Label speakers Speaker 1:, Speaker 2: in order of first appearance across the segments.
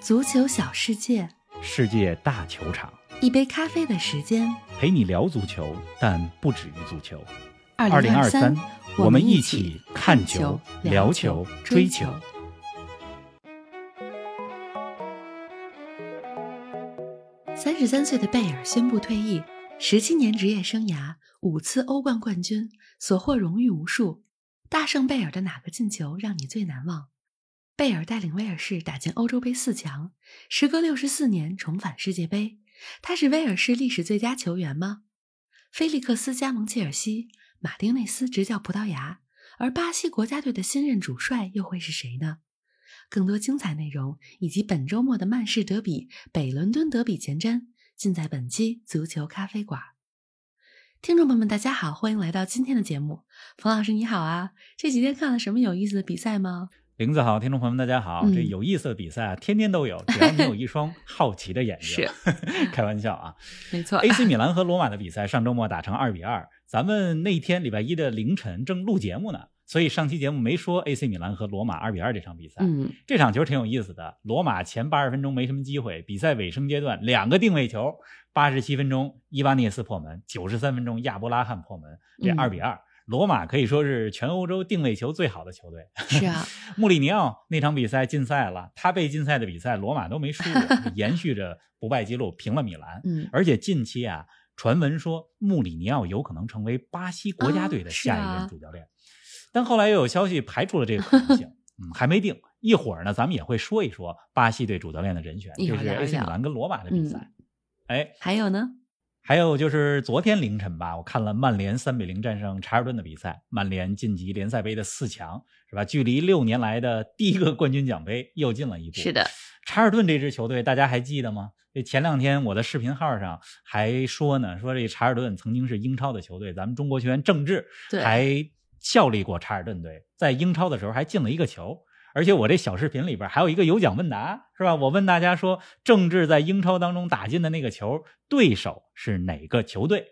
Speaker 1: 足球小世界，
Speaker 2: 世界大球场，
Speaker 1: 一杯咖啡的时间。
Speaker 2: 陪你聊足球，但不止于足球。
Speaker 1: 二零
Speaker 2: 二
Speaker 1: 三，
Speaker 2: 我
Speaker 1: 们
Speaker 2: 们
Speaker 1: 一
Speaker 2: 一起看球、聊球、追球。
Speaker 1: 三十三岁的贝尔宣布退役，十七年职业生涯，五次欧冠冠军，所获荣誉无数。大圣贝尔的哪个进球让你最难忘？贝尔带领威尔士打进欧洲杯四强，时隔六十四年重返世界杯。他是威尔士历史最佳球员吗？菲利克斯加盟切尔西，马丁内斯执教葡萄牙，而巴西国家队的新任主帅又会是谁呢？更多精彩内容以及本周末的曼市德比、北伦敦德比前瞻，尽在本期足球咖啡馆。听众朋友们，大家好，欢迎来到今天的节目。冯老师你好啊，这几天看了什么有意思的比赛吗？
Speaker 2: 林子好，听众朋友们，大家好！
Speaker 1: 嗯
Speaker 2: 这有意思的比赛啊，天天都有，只要你有一双好奇的眼睛。 开玩笑啊
Speaker 1: 没错，
Speaker 2: ！AC 米兰和罗马的比赛上周末打成二比二，咱们那天礼拜一的凌晨正录节目呢，所以上期节目没说 AC 米兰和罗马二比二这场比赛。
Speaker 1: 嗯，
Speaker 2: 这场球挺有意思的，罗马前八十分钟没什么机会，比赛尾声阶段两个定位球，八十七分钟伊巴涅斯破门，九十三分钟亚波拉罕破门，这
Speaker 1: 嗯
Speaker 2: 二比二、罗马可以说是全欧洲定位球最好的球队。
Speaker 1: 是啊，
Speaker 2: 穆里尼奥那场比赛禁赛了，他被禁赛的比赛罗马都没输过，延续着不败记录，平了米兰。
Speaker 1: 嗯，
Speaker 2: 而且近期啊，传闻说穆里尼奥有可能成为巴西国家队的
Speaker 1: 啊
Speaker 2: 下
Speaker 1: 是
Speaker 2: 一
Speaker 1: 啊
Speaker 2: 任主教练，但后来又有消息排除了这个可能性， 嗯，还没定。一会儿呢，咱们也会说一说巴西队主教练的人选，
Speaker 1: 一
Speaker 2: 这
Speaker 1: 会儿
Speaker 2: 是
Speaker 1: 聊一
Speaker 2: AC 米
Speaker 1: 聊嗯
Speaker 2: 兰跟罗马的比赛。哎，
Speaker 1: 还有呢？
Speaker 2: 还有就是昨天凌晨吧，我看了曼联三比零战胜查尔顿的比赛，曼联晋级联赛杯的四强，是吧？距离六年来的第一个冠军奖杯又近了一步。
Speaker 1: 是的，
Speaker 2: 查尔顿这支球队，大家还记得吗？这前两天我的视频号上还说呢，说这查尔顿曾经是英超的球队，咱们中国球员郑智
Speaker 1: 对，
Speaker 2: 还效力过查尔顿队，在英超的时候还进了一个球。而且我这小视频里边还有一个有奖问答，是吧？我问大家说，郑智在英超当中打进的那个球，对手是哪个球队？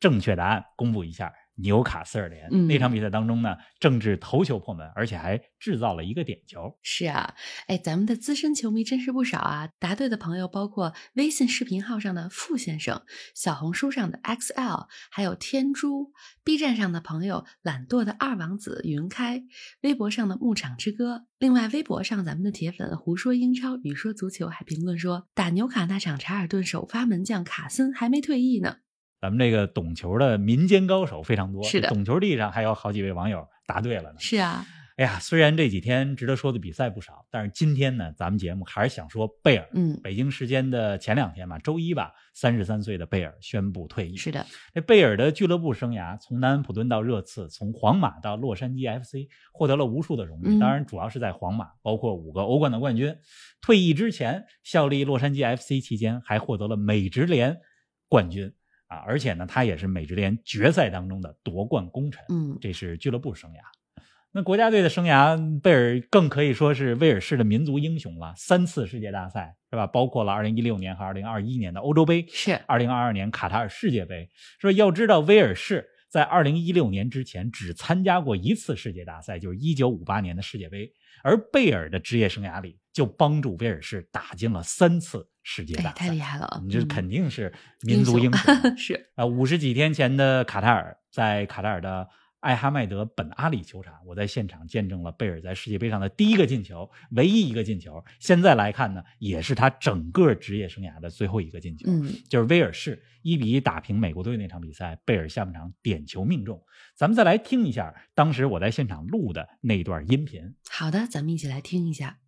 Speaker 2: 正确答案公布一下，纽卡斯尔联、
Speaker 1: 嗯
Speaker 2: 那场比赛当中呢，郑智头球破门，而且还制造了一个点球。
Speaker 1: 是啊，哎，咱们的资深球迷真是不少啊！答对的朋友包括微信视频号上的傅先生、小红书上的 XL，还有天珠，B 站上的朋友懒惰的二王子云开，微博上的牧场之歌。另外，微博上咱们的铁粉胡说英超与说足球还评论说，打纽卡那场查尔顿首发门将卡森还没退役呢。
Speaker 2: 咱们这个懂球的民间高手非常多，
Speaker 1: 是的
Speaker 2: 懂球帝上还有好几位网友答对了呢。
Speaker 1: 是啊，
Speaker 2: 哎呀，虽然这几天值得说的比赛不少，但是今天呢，咱们节目还是想说贝尔。
Speaker 1: 嗯，
Speaker 2: 北京时间的前两天吧，周一吧，三十三岁的贝尔宣布退役。
Speaker 1: 是的，
Speaker 2: 这贝尔的俱乐部生涯，从南安普敦到热刺，从皇马到洛杉矶 FC，获得了无数的荣誉。
Speaker 1: 嗯
Speaker 2: 当然，主要是在皇马，包括五个欧冠的冠军。退役之前，效力洛杉矶 FC 期间，还获得了美职联冠军啊！而且呢，他也是美职联决赛当中的夺冠功臣。
Speaker 1: 嗯，
Speaker 2: 这是俱乐部生涯。那国家队的生涯，贝尔更可以说是威尔士的民族英雄了。三次世界大赛是吧？包括了2016年和2021年的欧洲杯，
Speaker 1: 是，
Speaker 2: 2022年卡塔尔世界杯。说要知道，威尔士在2016年之前只参加过一次世界大赛，就是1958年的世界杯。而贝尔的职业生涯里，就帮助威尔士打进了三次世界
Speaker 1: 哎
Speaker 2: 大，
Speaker 1: 太
Speaker 2: 赛
Speaker 1: 厉。害了，
Speaker 2: 你这
Speaker 1: 嗯
Speaker 2: 肯定是
Speaker 1: 英
Speaker 2: 民族
Speaker 1: 雄
Speaker 2: 英 雄。
Speaker 1: 是，
Speaker 2: 啊，五十几天前的卡塔尔，在卡塔尔的艾哈迈德本阿里球场，我在现场见证了贝尔在世界杯上的第一个进球，唯一一个进球。现在来看呢，也是他整个职业生涯的最后一个进球，
Speaker 1: 嗯，
Speaker 2: 就是威尔士一比一打平美国队那场比赛，贝尔下半场点球命中。咱们再来听一下当时我在现场录的那段音频。
Speaker 1: 好的，咱们一起来听一下。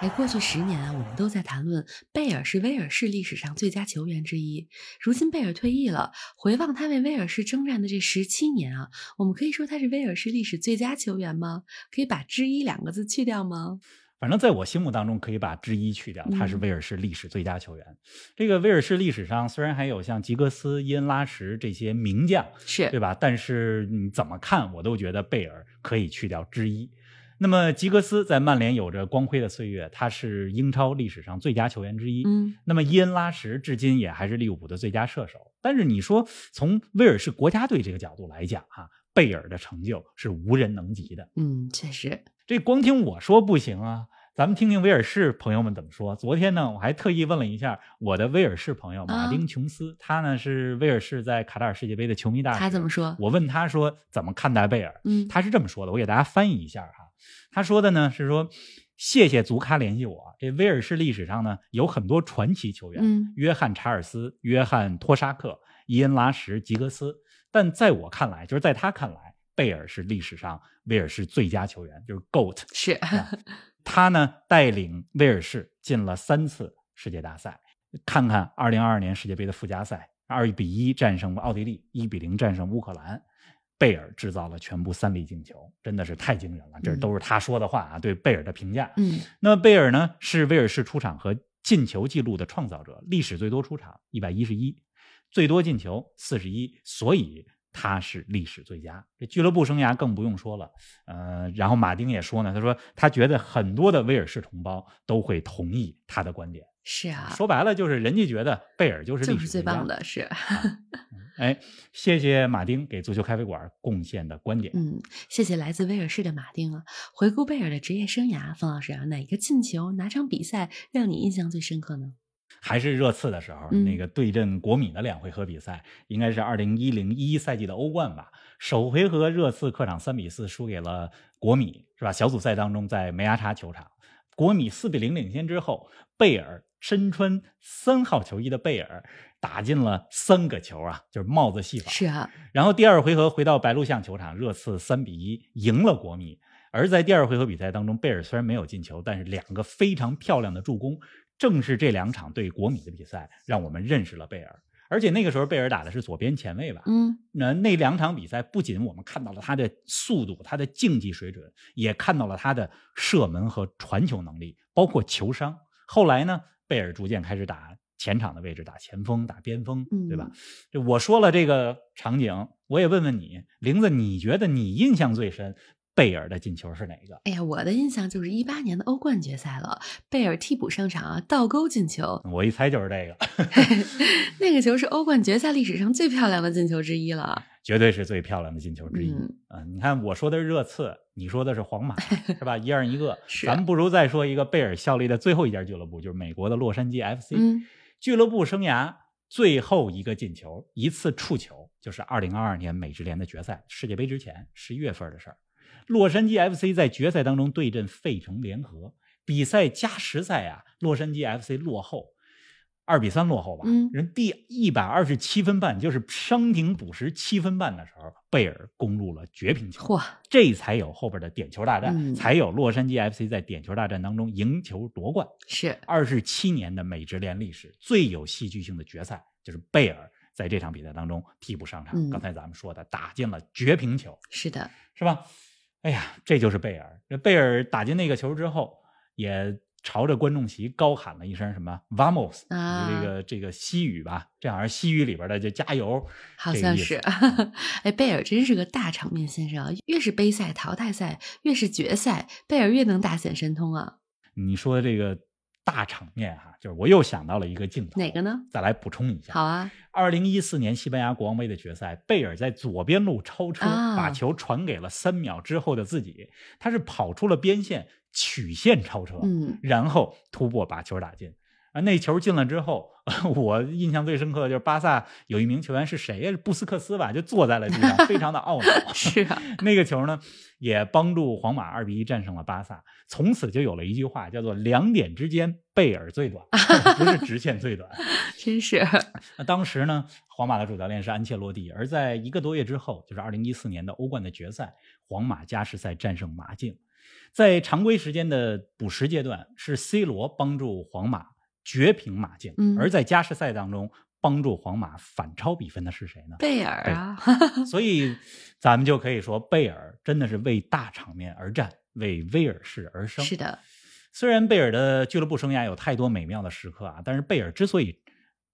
Speaker 1: 哎，过去十年啊，我们都在谈论贝尔是威尔士历史上最佳球员之一。如今贝尔退役了，回望他为威尔士征战的这十七年啊，我们可以说他是威尔士历史最佳球员吗？可以把“之一”两个字去掉吗？
Speaker 2: 反正在我心目当中，可以把之一去掉，他是
Speaker 1: 嗯
Speaker 2: 威尔士历史最佳球员。这个威尔士历史上虽然还有像吉格斯、伊恩拉什这些名将，
Speaker 1: 是
Speaker 2: 对吧？但是你怎么看，我都觉得贝尔可以去掉之一。那么吉格斯在曼联有着光辉的岁月，他是英超历史上最佳球员之一。
Speaker 1: 嗯，
Speaker 2: 那么伊恩拉什至今也还是利物浦的最佳射手。但是你说从威尔士国家队这个角度来讲哈、贝尔的成就是无人能及的。
Speaker 1: 嗯，确实，
Speaker 2: 这光听我说不行啊，咱们听听威尔士朋友们怎么说。昨天呢，我还特意问了一下我的威尔士朋友马
Speaker 1: 啊
Speaker 2: 丁·琼斯，他呢是威尔士在卡塔尔世界杯的球迷大使。
Speaker 1: 他怎么说？
Speaker 2: 我问他说怎么看待贝尔，
Speaker 1: 嗯，
Speaker 2: 他是这么说的，我给大家翻译一下哈、他说的呢是说，谢谢足咖联系我。这威尔士历史上呢有很多传奇球员，
Speaker 1: 嗯
Speaker 2: 约翰·查尔斯、约翰·托沙克、伊恩·拉什、吉格斯，但在我看来，就是在他看来，贝尔是历史上威尔士最佳球员，就是 GOAT。
Speaker 1: 是，
Speaker 2: 嗯他呢带领威尔士进了三次世界大赛。看看2022年世界杯的附加赛，2比1战胜奥地利，1比0战胜乌克兰。贝尔制造了全部三粒进球，真的是太惊人了。这
Speaker 1: 嗯
Speaker 2: 都是他说的话啊，对贝尔的评价。
Speaker 1: 嗯
Speaker 2: 那么贝尔呢，是威尔士出场和进球记录的创造者，历史最多出场一百一十一，最多进球四十一，所以他是历史最佳。这俱乐部生涯更不用说了。呃，然后马丁也说呢，他说他觉得很多的威尔士同胞都会同意他的观点。
Speaker 1: 是啊，
Speaker 2: 说白了就是人家觉得贝尔就是
Speaker 1: 就
Speaker 2: 历
Speaker 1: 是
Speaker 2: 史
Speaker 1: 最
Speaker 2: 佳
Speaker 1: 棒。的，是。
Speaker 2: 哎，谢谢马丁给足球咖啡馆贡献的观点。
Speaker 1: 嗯，谢谢来自威尔士的马丁啊。回顾贝尔的职业生涯，冯老师啊，哪个进球、哪场比赛让你印象最深刻呢？
Speaker 2: 还是热刺的时候，
Speaker 1: 嗯
Speaker 2: 那个对阵国米的两回合比赛，应该是二零一零一赛季的欧冠吧。首回合热刺客场三比四输给了国米，是吧？小组赛当中在梅阿查球场，国米四比零领先之后，贝尔身穿三号球衣的贝尔打进了三个球啊，就是帽子戏法。
Speaker 1: 是啊，
Speaker 2: 然后第二回合回到白鹿巷球场，热刺三比一赢了国米。而在第二回合比赛当中，贝尔虽然没有进球，但是两个非常漂亮的助攻，正是这两场对国米的比赛，让我们认识了贝尔。而且那个时候贝尔打的是左边前卫吧？
Speaker 1: 嗯
Speaker 2: 那呃那两场比赛，不仅我们看到了他的速度、他的竞技水准，也看到了他的射门和传球能力，包括球商。后来呢，贝尔逐渐开始打前场的位置，打前锋、打边锋，对吧？
Speaker 1: 嗯
Speaker 2: 这我说了这个场景，我也问问你，玲子，你觉得你印象最深贝尔的进球是哪一个？
Speaker 1: 哎呀，我的印象就是一八年的欧冠决赛了，贝尔替补上场啊，倒钩进球，
Speaker 2: 我一猜就是这个，
Speaker 1: 那个球是欧冠决赛历史上最漂亮的进球之一了。
Speaker 2: 绝对是最漂亮的进球之一。
Speaker 1: 嗯
Speaker 2: 啊你看我说的是热刺，你说的是皇马，是吧？一样一个。
Speaker 1: 是
Speaker 2: 咱们不如再说一个贝尔效力的最后一家俱乐部，就是美国的洛杉矶 FC。
Speaker 1: 嗯
Speaker 2: 俱乐部生涯最后一个进球，一次触球，就是二零二二年美职联的决赛，世界杯之前十一月份的事儿。洛杉矶 FC 在决赛当中对阵费城联合，比赛加时赛啊，洛杉矶 FC 落后。二比三落后吧，
Speaker 1: 嗯
Speaker 2: 人第一百二十七分半，就是伤停补时七分半的时候，贝尔攻入了绝平球，
Speaker 1: 嚯，
Speaker 2: 这才有后边的点球大战，
Speaker 1: 嗯
Speaker 2: 才有洛杉矶 FC 在点球大战当中赢球夺冠。
Speaker 1: 是
Speaker 2: 二十七年的美职联历史最有戏剧性的决赛，就是贝尔在这场比赛当中替补上场。
Speaker 1: 嗯
Speaker 2: 刚才咱们说的，打进了绝平球，
Speaker 1: 是的，
Speaker 2: 是吧？哎呀，这就是贝尔。这贝尔打进那个球之后，也朝着观众席高喊了一声什么 “vamos”，、
Speaker 1: 啊
Speaker 2: 这个这个西语吧，这好像是西语里边的就加油，
Speaker 1: 好
Speaker 2: 这个
Speaker 1: 像
Speaker 2: 意思
Speaker 1: 是。 哎，贝尔真是个大场面先生啊，越是杯赛、淘汰赛，越是决赛，贝尔越能大显神通啊。
Speaker 2: 你说的这个大场面哈、就是我又想到了一个镜头，
Speaker 1: 哪个？呢？
Speaker 2: 再来补充一下。
Speaker 1: 好啊，
Speaker 2: 二零一四年西班牙国王杯的决赛，贝尔在左边路超车，
Speaker 1: 啊
Speaker 2: 把球传给了三秒之后的自己，他是跑出了边线，曲线超车，
Speaker 1: 嗯，
Speaker 2: 然后突破把球打进。啊，那球进了之后， 我印象最深刻的就是巴萨有一名球员是谁呀？布斯克斯吧，就坐在了地上，非常的懊 恼。
Speaker 1: 是啊，
Speaker 2: 那个球呢，也帮助皇马二比一战胜了巴萨。从此就有了一句话，叫做“两点之间，贝尔最短， 不是直线最短”。
Speaker 1: 真 是，
Speaker 2: 那当时呢，皇马的主教练是安切洛蒂，而在一个多月之后，就是二零一四年的欧冠的决赛，皇马加时赛战胜马竞，在常规时间的补时阶段，是 C 罗帮助皇马绝平马竞，
Speaker 1: 嗯
Speaker 2: 而在加时赛当中帮助皇马反超比分的是谁呢？
Speaker 1: 贝尔啊，
Speaker 2: 所以咱们就可以说，贝尔真的是为大场面而战，为威尔士而生。
Speaker 1: 是的，
Speaker 2: 虽然贝尔的俱乐部生涯有太多美妙的时刻啊，但是贝尔之所以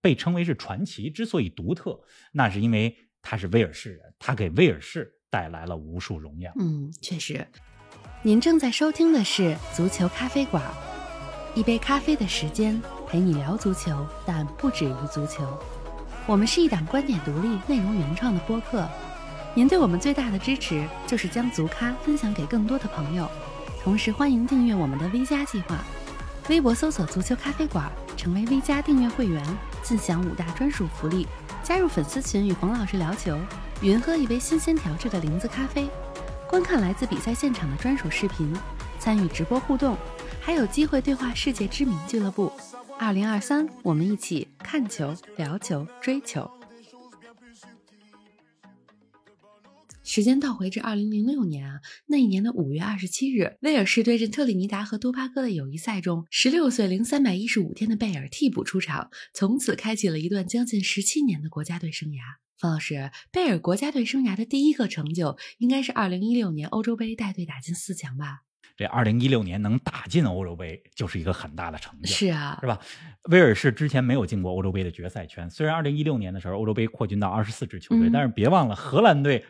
Speaker 2: 被称为是传奇，之所以独特，那是因为他是威尔士人，他给威尔士带来了无数荣耀。
Speaker 1: 嗯，确实。您正在收听的是《足球咖啡馆》，一杯咖啡的时间陪你聊足球，但不止于足球。我们是一档观点独立、内容原创的播客。您对我们最大的支持就是将足咖分享给更多的朋友，同时欢迎订阅我们的 V 加计划。微博搜索“足球咖啡馆”，成为 V 加订阅会员，尽享五大专属福利，加入粉丝群与冯老师聊球，云喝一杯新鲜调制的零子咖啡。观看来自比赛现场的专属视频，参与直播互动，还有机会对话世界知名俱乐部。二零二三，我们一起看球、聊球、追球。时间倒回至二零零六年啊，那一年的五月二十七日，威尔士对阵特立尼达和多巴哥的友谊赛中，十六岁零三百一十五天的贝尔替补出场，从此开启了一段将近十七年的国家队生涯。方老师，贝尔国家队生涯的第一个成就，应该是二零一六年欧洲杯带队打进四强吧？
Speaker 2: 这二零一六年能打进欧洲杯，就是一个很大的成就。
Speaker 1: 是啊
Speaker 2: 是，吧？威尔士之前没有进过欧洲杯的决赛圈，虽然二零一六年的时候欧洲杯扩军到二十四支球队，
Speaker 1: 嗯
Speaker 2: 但是别忘了荷兰 队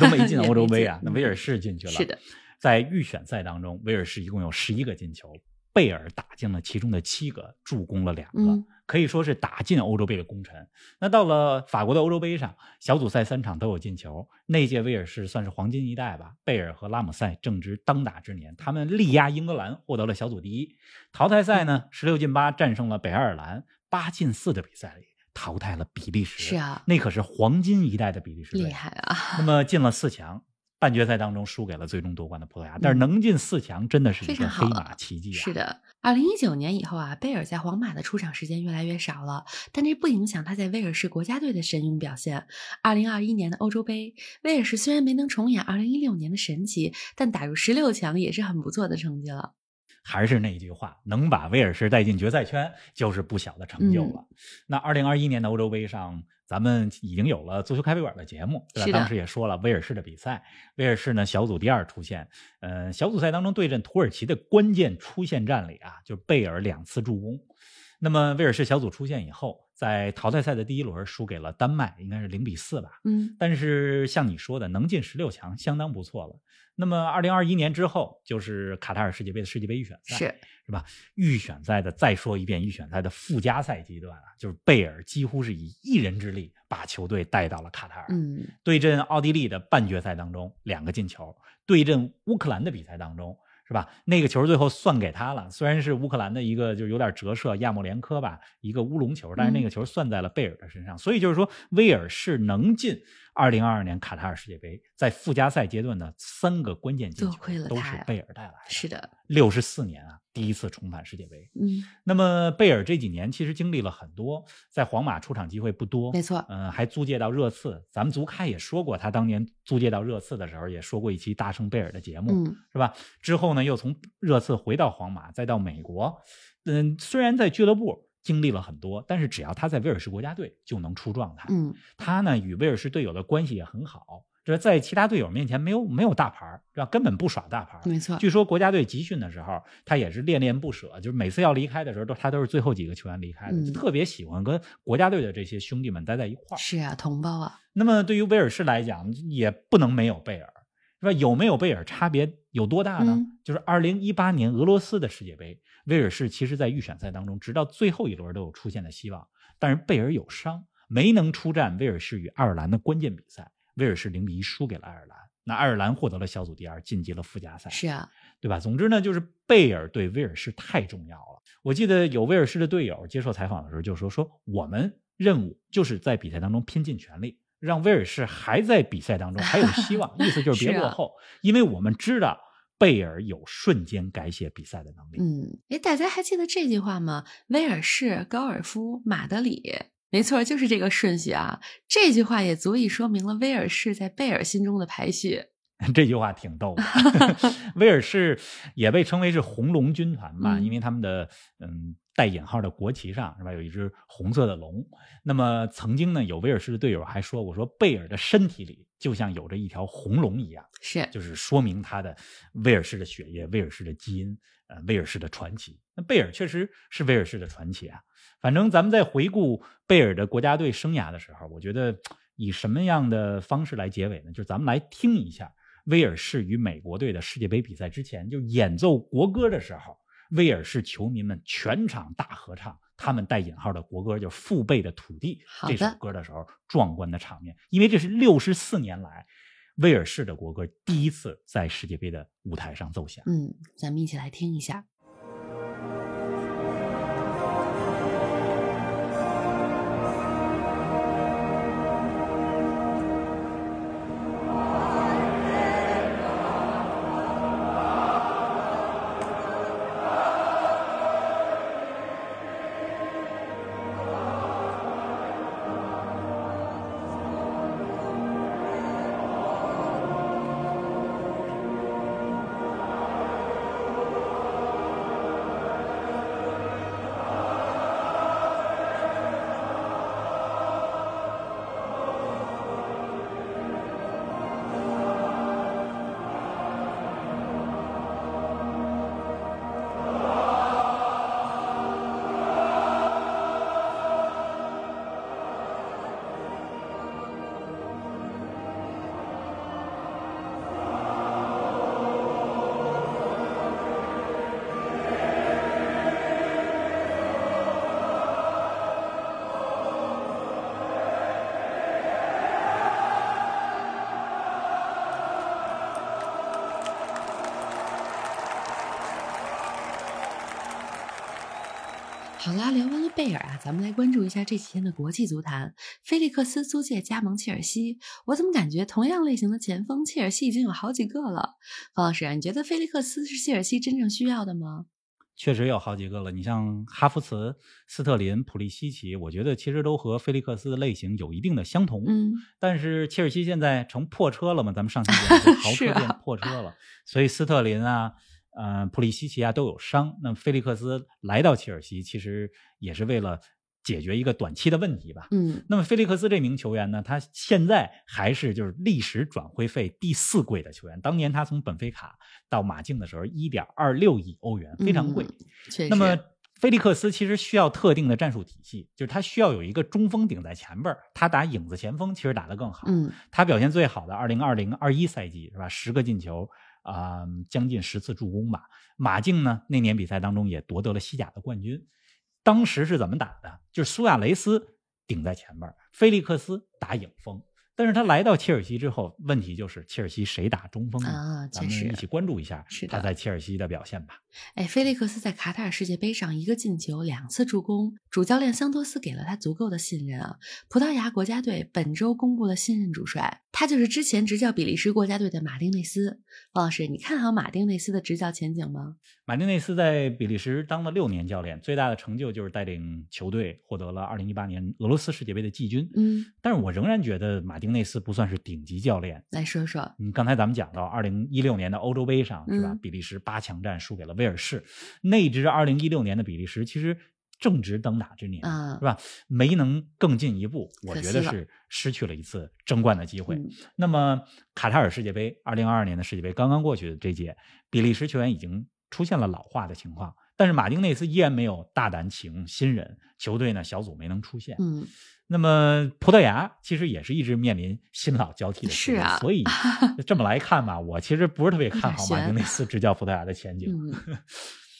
Speaker 2: 都没进欧洲杯啊，
Speaker 1: 也没进嗯
Speaker 2: 那威尔士进去了。
Speaker 1: 是，的，
Speaker 2: 在预选赛当中，威尔士一共有十一个进球，贝尔打进了其中的七个，助攻了两个，
Speaker 1: 嗯
Speaker 2: 可以说是打进欧洲杯的功臣。那到了法国的欧洲杯上，小组赛三场都有进球，那届威尔士算是黄金一代吧。贝尔和拉姆塞正值当打之年，他们力压英格兰，获得了小组第一。淘汰赛呢，十六进八战胜了北爱尔兰，八进四的比赛里淘汰了比利时，
Speaker 1: 是啊，
Speaker 2: 那可是黄金一代的比利时队，
Speaker 1: 厉害啊，
Speaker 2: 那么进了四强，半决赛当中输给了最终夺冠的葡萄牙，但是能进四强真的是一
Speaker 1: 嗯非
Speaker 2: 个
Speaker 1: 常好
Speaker 2: 黑马
Speaker 1: 了
Speaker 2: 奇迹啊！
Speaker 1: 是，的。二零一九年以后啊，贝尔在皇马的出场时间越来越少了，但这不影响他在威尔士国家队的神勇表现。二零二一年的欧洲杯，威尔士虽然没能重演二零一六年的神奇，但打入十六强也是很不错的成绩了。
Speaker 2: 还是那一句话，能把威尔士带进决赛圈就是不小的成
Speaker 1: 嗯
Speaker 2: 就了。那二零二一年的欧洲杯上，咱们已经有了足球咖啡馆的节目，对吧？
Speaker 1: 是的
Speaker 2: 当时也说了威尔士的比赛，威尔士呢小组第二出现，呃，小组赛当中对阵土耳其的关键出线战里啊，就贝尔两次助攻。那么威尔士小组出线以后，在淘汰赛的第一轮输给了丹麦，应该是零比四吧。
Speaker 1: 嗯，
Speaker 2: 但是像你说的，能进十六强相当不错了。那么，二零二一年之后就是卡塔尔世界杯的世界杯预选赛，
Speaker 1: 是啊
Speaker 2: 预选赛的再说一遍，预选赛的附加赛阶段啊，就是贝尔几乎是以一人之力把球队带到了卡塔尔。
Speaker 1: 嗯，
Speaker 2: 对阵奥地利的半决赛当中两个进球，对阵乌克兰的比赛当中。是吧？那个球最后算给他了，虽然是乌克兰的一个就是有点折射亚莫连科吧，一个乌龙球，但是
Speaker 1: 嗯
Speaker 2: 那个球算在了贝尔的身上。所以就是说，威尔士能进2022年卡塔尔世界杯，在附加赛阶段的三个关键进球
Speaker 1: 多亏了
Speaker 2: 都
Speaker 1: 他
Speaker 2: 是
Speaker 1: 呀
Speaker 2: 贝尔带来的。
Speaker 1: 是的，
Speaker 2: 六十四年啊，第一次重返世界杯。
Speaker 1: 嗯，
Speaker 2: 那么贝尔这几年其实经历了很多，在皇马出场机会不多，
Speaker 1: 没错
Speaker 2: 嗯、还租借到热刺。咱们足咖也说过，他当年租借到热刺的时候，也说过一期大圣贝尔的节目，
Speaker 1: 嗯，
Speaker 2: 是吧？之后呢，又从热刺回到皇马，再到美国。嗯，虽然在俱乐部经历了很多，但是只要他在威尔士国家队就能出状态。
Speaker 1: 嗯，
Speaker 2: 他呢与威尔士队友的关系也很好，这在其他队友面前没有没有大牌儿，是吧？根本不耍大牌儿。
Speaker 1: 没错，
Speaker 2: 据说国家队集训的时候，他也是恋恋不舍，就是每次要离开的时候，都他都是最后几个球员离开的，
Speaker 1: 嗯
Speaker 2: 就特别喜欢跟国家队的这些兄弟们待在一块儿。
Speaker 1: 是啊，同胞啊，
Speaker 2: 那么对于威尔士来讲，也不能没有贝尔，是吧？有没有贝尔差别有多大呢？
Speaker 1: 嗯
Speaker 2: 就是二零一八年俄罗斯的世界杯，威尔士其实在预选赛当中，直到最后一轮都有出现的希望，但是贝尔有伤，没能出战威尔士与爱尔兰的关键比赛，威尔士零比一输给了爱尔兰。那爱尔兰获得了小组第二，晋级了附加赛。
Speaker 1: 是啊，
Speaker 2: 对吧？总之呢，就是贝尔对威尔士太重要了。我记得有威尔士的队友接受采访的时候就说：“说我们任务就是在比赛当中拼尽全力，让威尔士还在比赛当中还有希望，意思就是别
Speaker 1: 是啊
Speaker 2: 落后，因为我们知道贝尔有瞬间改写比赛的能力。
Speaker 1: 嗯，哎，大家还记得这句话吗？威尔士、高尔夫、马德里，没错，就是这个顺序啊。这句话也足以说明了威尔士在贝尔心中的排序。
Speaker 2: 这句话挺逗的。威尔士也被称为是红龙军团吧，
Speaker 1: 嗯
Speaker 2: 因为他们的嗯带引号的国旗上是吧有一只红色的龙。那么曾经呢，有威尔士的队友还说过，说贝尔的身体里就像有着一条红龙一样，
Speaker 1: 是，
Speaker 2: 就是说明他的威尔士的血液、威尔士的基因、呃威尔士的传奇。那贝尔确实是威尔士的传奇啊。反正咱们在回顾贝尔的国家队生涯的时候，我觉得以什么样的方式来结尾呢？就是咱们来听一下威尔士与美国队的世界杯比赛之前，就演奏国歌的时候，威尔士球迷们全场大合唱他们带引号的国歌，就是《父辈的土地
Speaker 1: 好》的
Speaker 2: 这首歌的时候，壮观的场面，因为这是六十四年来威尔士的国歌第一次在世界杯的舞台上奏响。
Speaker 1: 嗯，咱们一起来听一下。好啦，聊完了贝尔啊，咱们来关注一下这几天的国际足坛。菲利克斯租借加盟切尔西，我怎么感觉同样类型的前锋切尔西已经有好几个了？方老师啊，你觉得菲利克斯是切尔西真正需要的吗？
Speaker 2: 确实有好几个了。你像哈弗茨、斯特林、普利西奇，我觉得其实都和菲利克斯的类型有一定的相同。
Speaker 1: 嗯，
Speaker 2: 但是切尔西现在成破车了嘛？咱们上期 讲过豪
Speaker 1: 是
Speaker 2: 车
Speaker 1: 啊
Speaker 2: 变破车了，所以斯特林啊、呃普利西奇啊都有伤。那菲利克斯来到切尔西，其实也是为了解决一个短期的问题吧。
Speaker 1: 嗯，
Speaker 2: 那么菲利克斯这名球员呢，他现在还是就是历史转会费第四贵的球员。当年他从本菲卡到马竞的时候，一点二六亿欧元，非常贵。
Speaker 1: 嗯确实。
Speaker 2: 那么菲利克斯其实需要特定的战术体系，就是他需要有一个中锋顶在前边儿，他打影子前锋其实打得更好。
Speaker 1: 嗯，
Speaker 2: 他表现最好的二零二零二一赛季是吧？十个进球啊、将近十次助攻吧。马竞呢那年比赛当中也夺得了西甲的冠军。当时是怎么打的？就是苏亚雷斯顶在前面，菲利克斯打影锋。但是他来到切尔西之后，问题就是切尔西谁打中锋呢？
Speaker 1: 啊
Speaker 2: 咱
Speaker 1: 确实
Speaker 2: 们一起关注一下
Speaker 1: 是的
Speaker 2: 他在切尔西的表现吧。
Speaker 1: 哎，菲利克斯在卡塔尔世界杯上一个进球，两次助攻，主教练桑托斯给了他足够的信任啊。葡萄牙国家队本周公布了新任主帅，他就是之前执教比利时国家队的马丁内斯。王老师，你看好马丁内斯的执教前景吗？
Speaker 2: 马丁内斯在比利时当了六年教练，最大的成就就是带领球队获得了2018年俄罗斯世界杯的季军。
Speaker 1: 嗯，
Speaker 2: 但是我仍然觉得马丁内斯不算是顶级教练。
Speaker 1: 来说说。
Speaker 2: 嗯，刚才咱们讲到，二零一六年的欧洲杯上是吧
Speaker 1: 嗯？
Speaker 2: 比利时八强战输给了威尔士，那支二零一六年的比利时其实正值灯塔之年，
Speaker 1: 啊
Speaker 2: 是吧？没能更进一步，我
Speaker 1: 可
Speaker 2: 觉
Speaker 1: 惜
Speaker 2: 得
Speaker 1: 了
Speaker 2: 是失去了一次争冠的机会。
Speaker 1: 嗯
Speaker 2: 那么卡塔尔世界杯，二零二二年的世界杯刚刚过去的这届，比利时球员已经出现了老化的情况，但是马丁内斯依然没有大胆启用新人，球队呢小组没能出现。
Speaker 1: 嗯，
Speaker 2: 那么葡萄牙其实也是一直面临新老交替的
Speaker 1: 是
Speaker 2: 局面
Speaker 1: 啊
Speaker 2: 所以这么来看吧，我其实不是特别看好
Speaker 1: 有点
Speaker 2: 马丁
Speaker 1: 悬
Speaker 2: 内斯执教葡萄牙的前景。
Speaker 1: 嗯，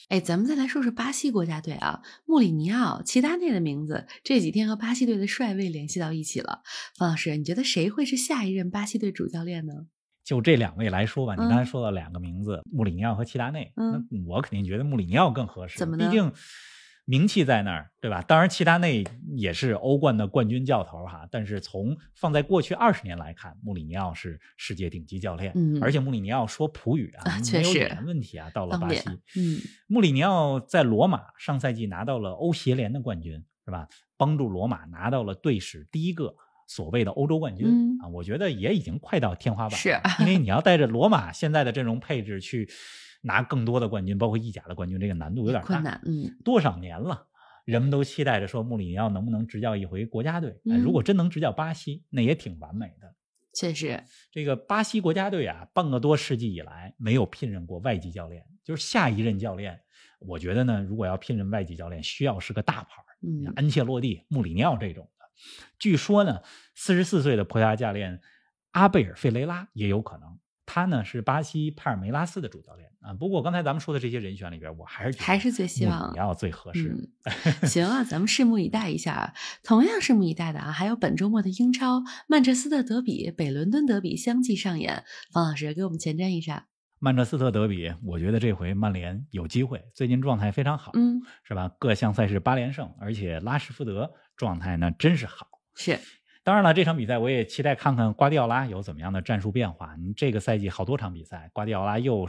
Speaker 1: 哎，咱们再来说说巴西国家队啊，穆里尼奥、齐达内的名字这几天和巴西队的帅位联系到一起了。方老师，你觉得谁会是下一任巴西队主教练呢？
Speaker 2: 就这两位来说吧，你
Speaker 1: 嗯
Speaker 2: 刚才说到两个名字，穆里尼奥和齐达内，
Speaker 1: 嗯
Speaker 2: 那我肯定觉得穆里尼奥更合适，
Speaker 1: 怎么呢
Speaker 2: 毕竟名气在那儿，对吧？当然，齐达内也是欧冠的冠军教头哈，但是从放在过去二十年来看，穆里尼奥是世界顶级教练，
Speaker 1: 嗯
Speaker 2: 而且穆里尼奥说葡语啊，
Speaker 1: 啊确
Speaker 2: 没有
Speaker 1: 实
Speaker 2: 语言问题啊，到了
Speaker 1: 方
Speaker 2: 巴
Speaker 1: 便
Speaker 2: 西，
Speaker 1: 嗯，
Speaker 2: 穆里尼奥在罗马上赛季拿到了欧协联的冠军，是吧？帮助罗马拿到了队史第一个所谓的欧洲冠军、
Speaker 1: 嗯
Speaker 2: 啊！我觉得也已经快到天花板了，
Speaker 1: 是啊
Speaker 2: 因为你要带着罗马现在的阵容配置去拿更多的冠军，包括意甲的冠军，这个难度有点大
Speaker 1: 困难，嗯，
Speaker 2: 多少年了，人们都期待着说穆里尼奥能不能执教一回国家队。哎
Speaker 1: 嗯
Speaker 2: 如果真能执教巴西，那也挺完美的。
Speaker 1: 确实，
Speaker 2: 这个巴西国家队啊，半个多世纪以来没有聘任过外籍教练，就是下一任教练，我觉得呢，如果要聘任外籍教练，需要是个大牌儿，
Speaker 1: 嗯，
Speaker 2: 安切洛蒂、穆里尼奥这种的。据说呢，四十四岁的葡萄牙教练阿贝尔·费雷拉也有可能。他呢是巴西帕尔梅拉斯的主教练啊。不过刚才咱们说的这些人选里边，我还是觉得
Speaker 1: 还是最希望
Speaker 2: 你要最合适。
Speaker 1: 嗯，行啊，咱们拭目以待一下啊。同样拭目以待的啊，还有本周末的英超，曼彻斯特德比、北伦敦德比相继上演。方老师给我们前瞻一下。
Speaker 2: 曼彻斯特德比，我觉得这回曼联有机会，最近状态非常好，
Speaker 1: 嗯，
Speaker 2: 是吧？各项赛事八连胜，而且拉什福德状态呢真是好。
Speaker 1: 是
Speaker 2: 当然了，这场比赛我也期待看看瓜迪奥拉有怎么样的战术变化。你这个赛季好多场比赛，瓜迪奥拉又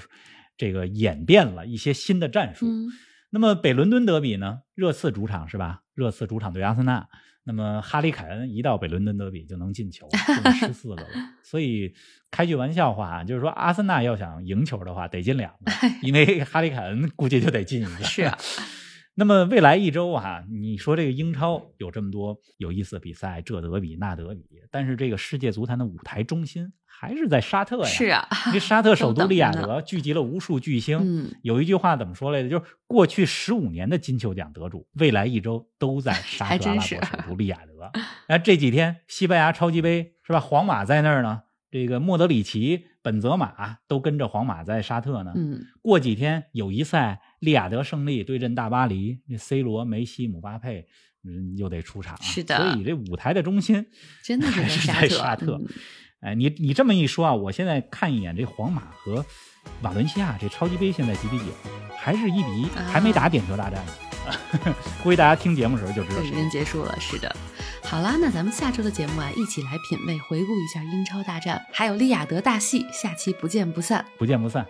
Speaker 2: 这个演变了一些新的战术。
Speaker 1: 嗯，
Speaker 2: 那么北伦敦德比呢？热刺主场是吧？热刺主场对阿森纳。那么哈里凯恩一到北伦敦德比就能进球，进十四 个了。所以开句玩笑话啊，就是说阿森纳要想赢球的话，得进两个，因为哈里凯恩估计就得进一个。
Speaker 1: 哎是 啊，
Speaker 2: 那么未来一周啊，你说这个英超有这么多有意思的比赛，这德比那德比，但是这个世界足坛的舞台中心还是在沙特呀。
Speaker 1: 是啊，
Speaker 2: 因为沙特首
Speaker 1: 都
Speaker 2: 都
Speaker 1: 等
Speaker 2: 利雅
Speaker 1: 着呢
Speaker 2: 得聚集了无数巨星。
Speaker 1: 嗯，
Speaker 2: 有一句话怎么说来着？就是过去十五年的金球奖得主，未来一周都在沙
Speaker 1: 还
Speaker 2: 特
Speaker 1: 真
Speaker 2: 阿拉伯
Speaker 1: 是
Speaker 2: 首都利雅得。那这几天西班牙超级杯是吧？皇马在那儿呢，这个莫德里奇、本泽马都跟着皇马在沙特呢。
Speaker 1: 嗯，
Speaker 2: 过几天友谊赛，利雅得胜利对阵大巴黎，那 C 罗、梅西、姆巴佩，嗯，又得出场、啊。
Speaker 1: 是的
Speaker 2: 所以这舞台的中心
Speaker 1: 真的是
Speaker 2: 还
Speaker 1: 在
Speaker 2: 是
Speaker 1: 沙
Speaker 2: 在
Speaker 1: 特
Speaker 2: 沙特
Speaker 1: 嗯。
Speaker 2: 哎，你你这么一说啊，我现在看一眼这皇马和瓦伦西亚这超级杯现在几比几？还是一比一，还
Speaker 1: 啊
Speaker 2: 没打点球大战呢。 估计大家听节目的时候就知道
Speaker 1: 对，已
Speaker 2: 谁
Speaker 1: 经结束了，是的。好啦，那咱们下周的节目啊，一起来品味、回顾一下英超大战，还有利雅得大戏，下期不见不散。
Speaker 2: 不见不散。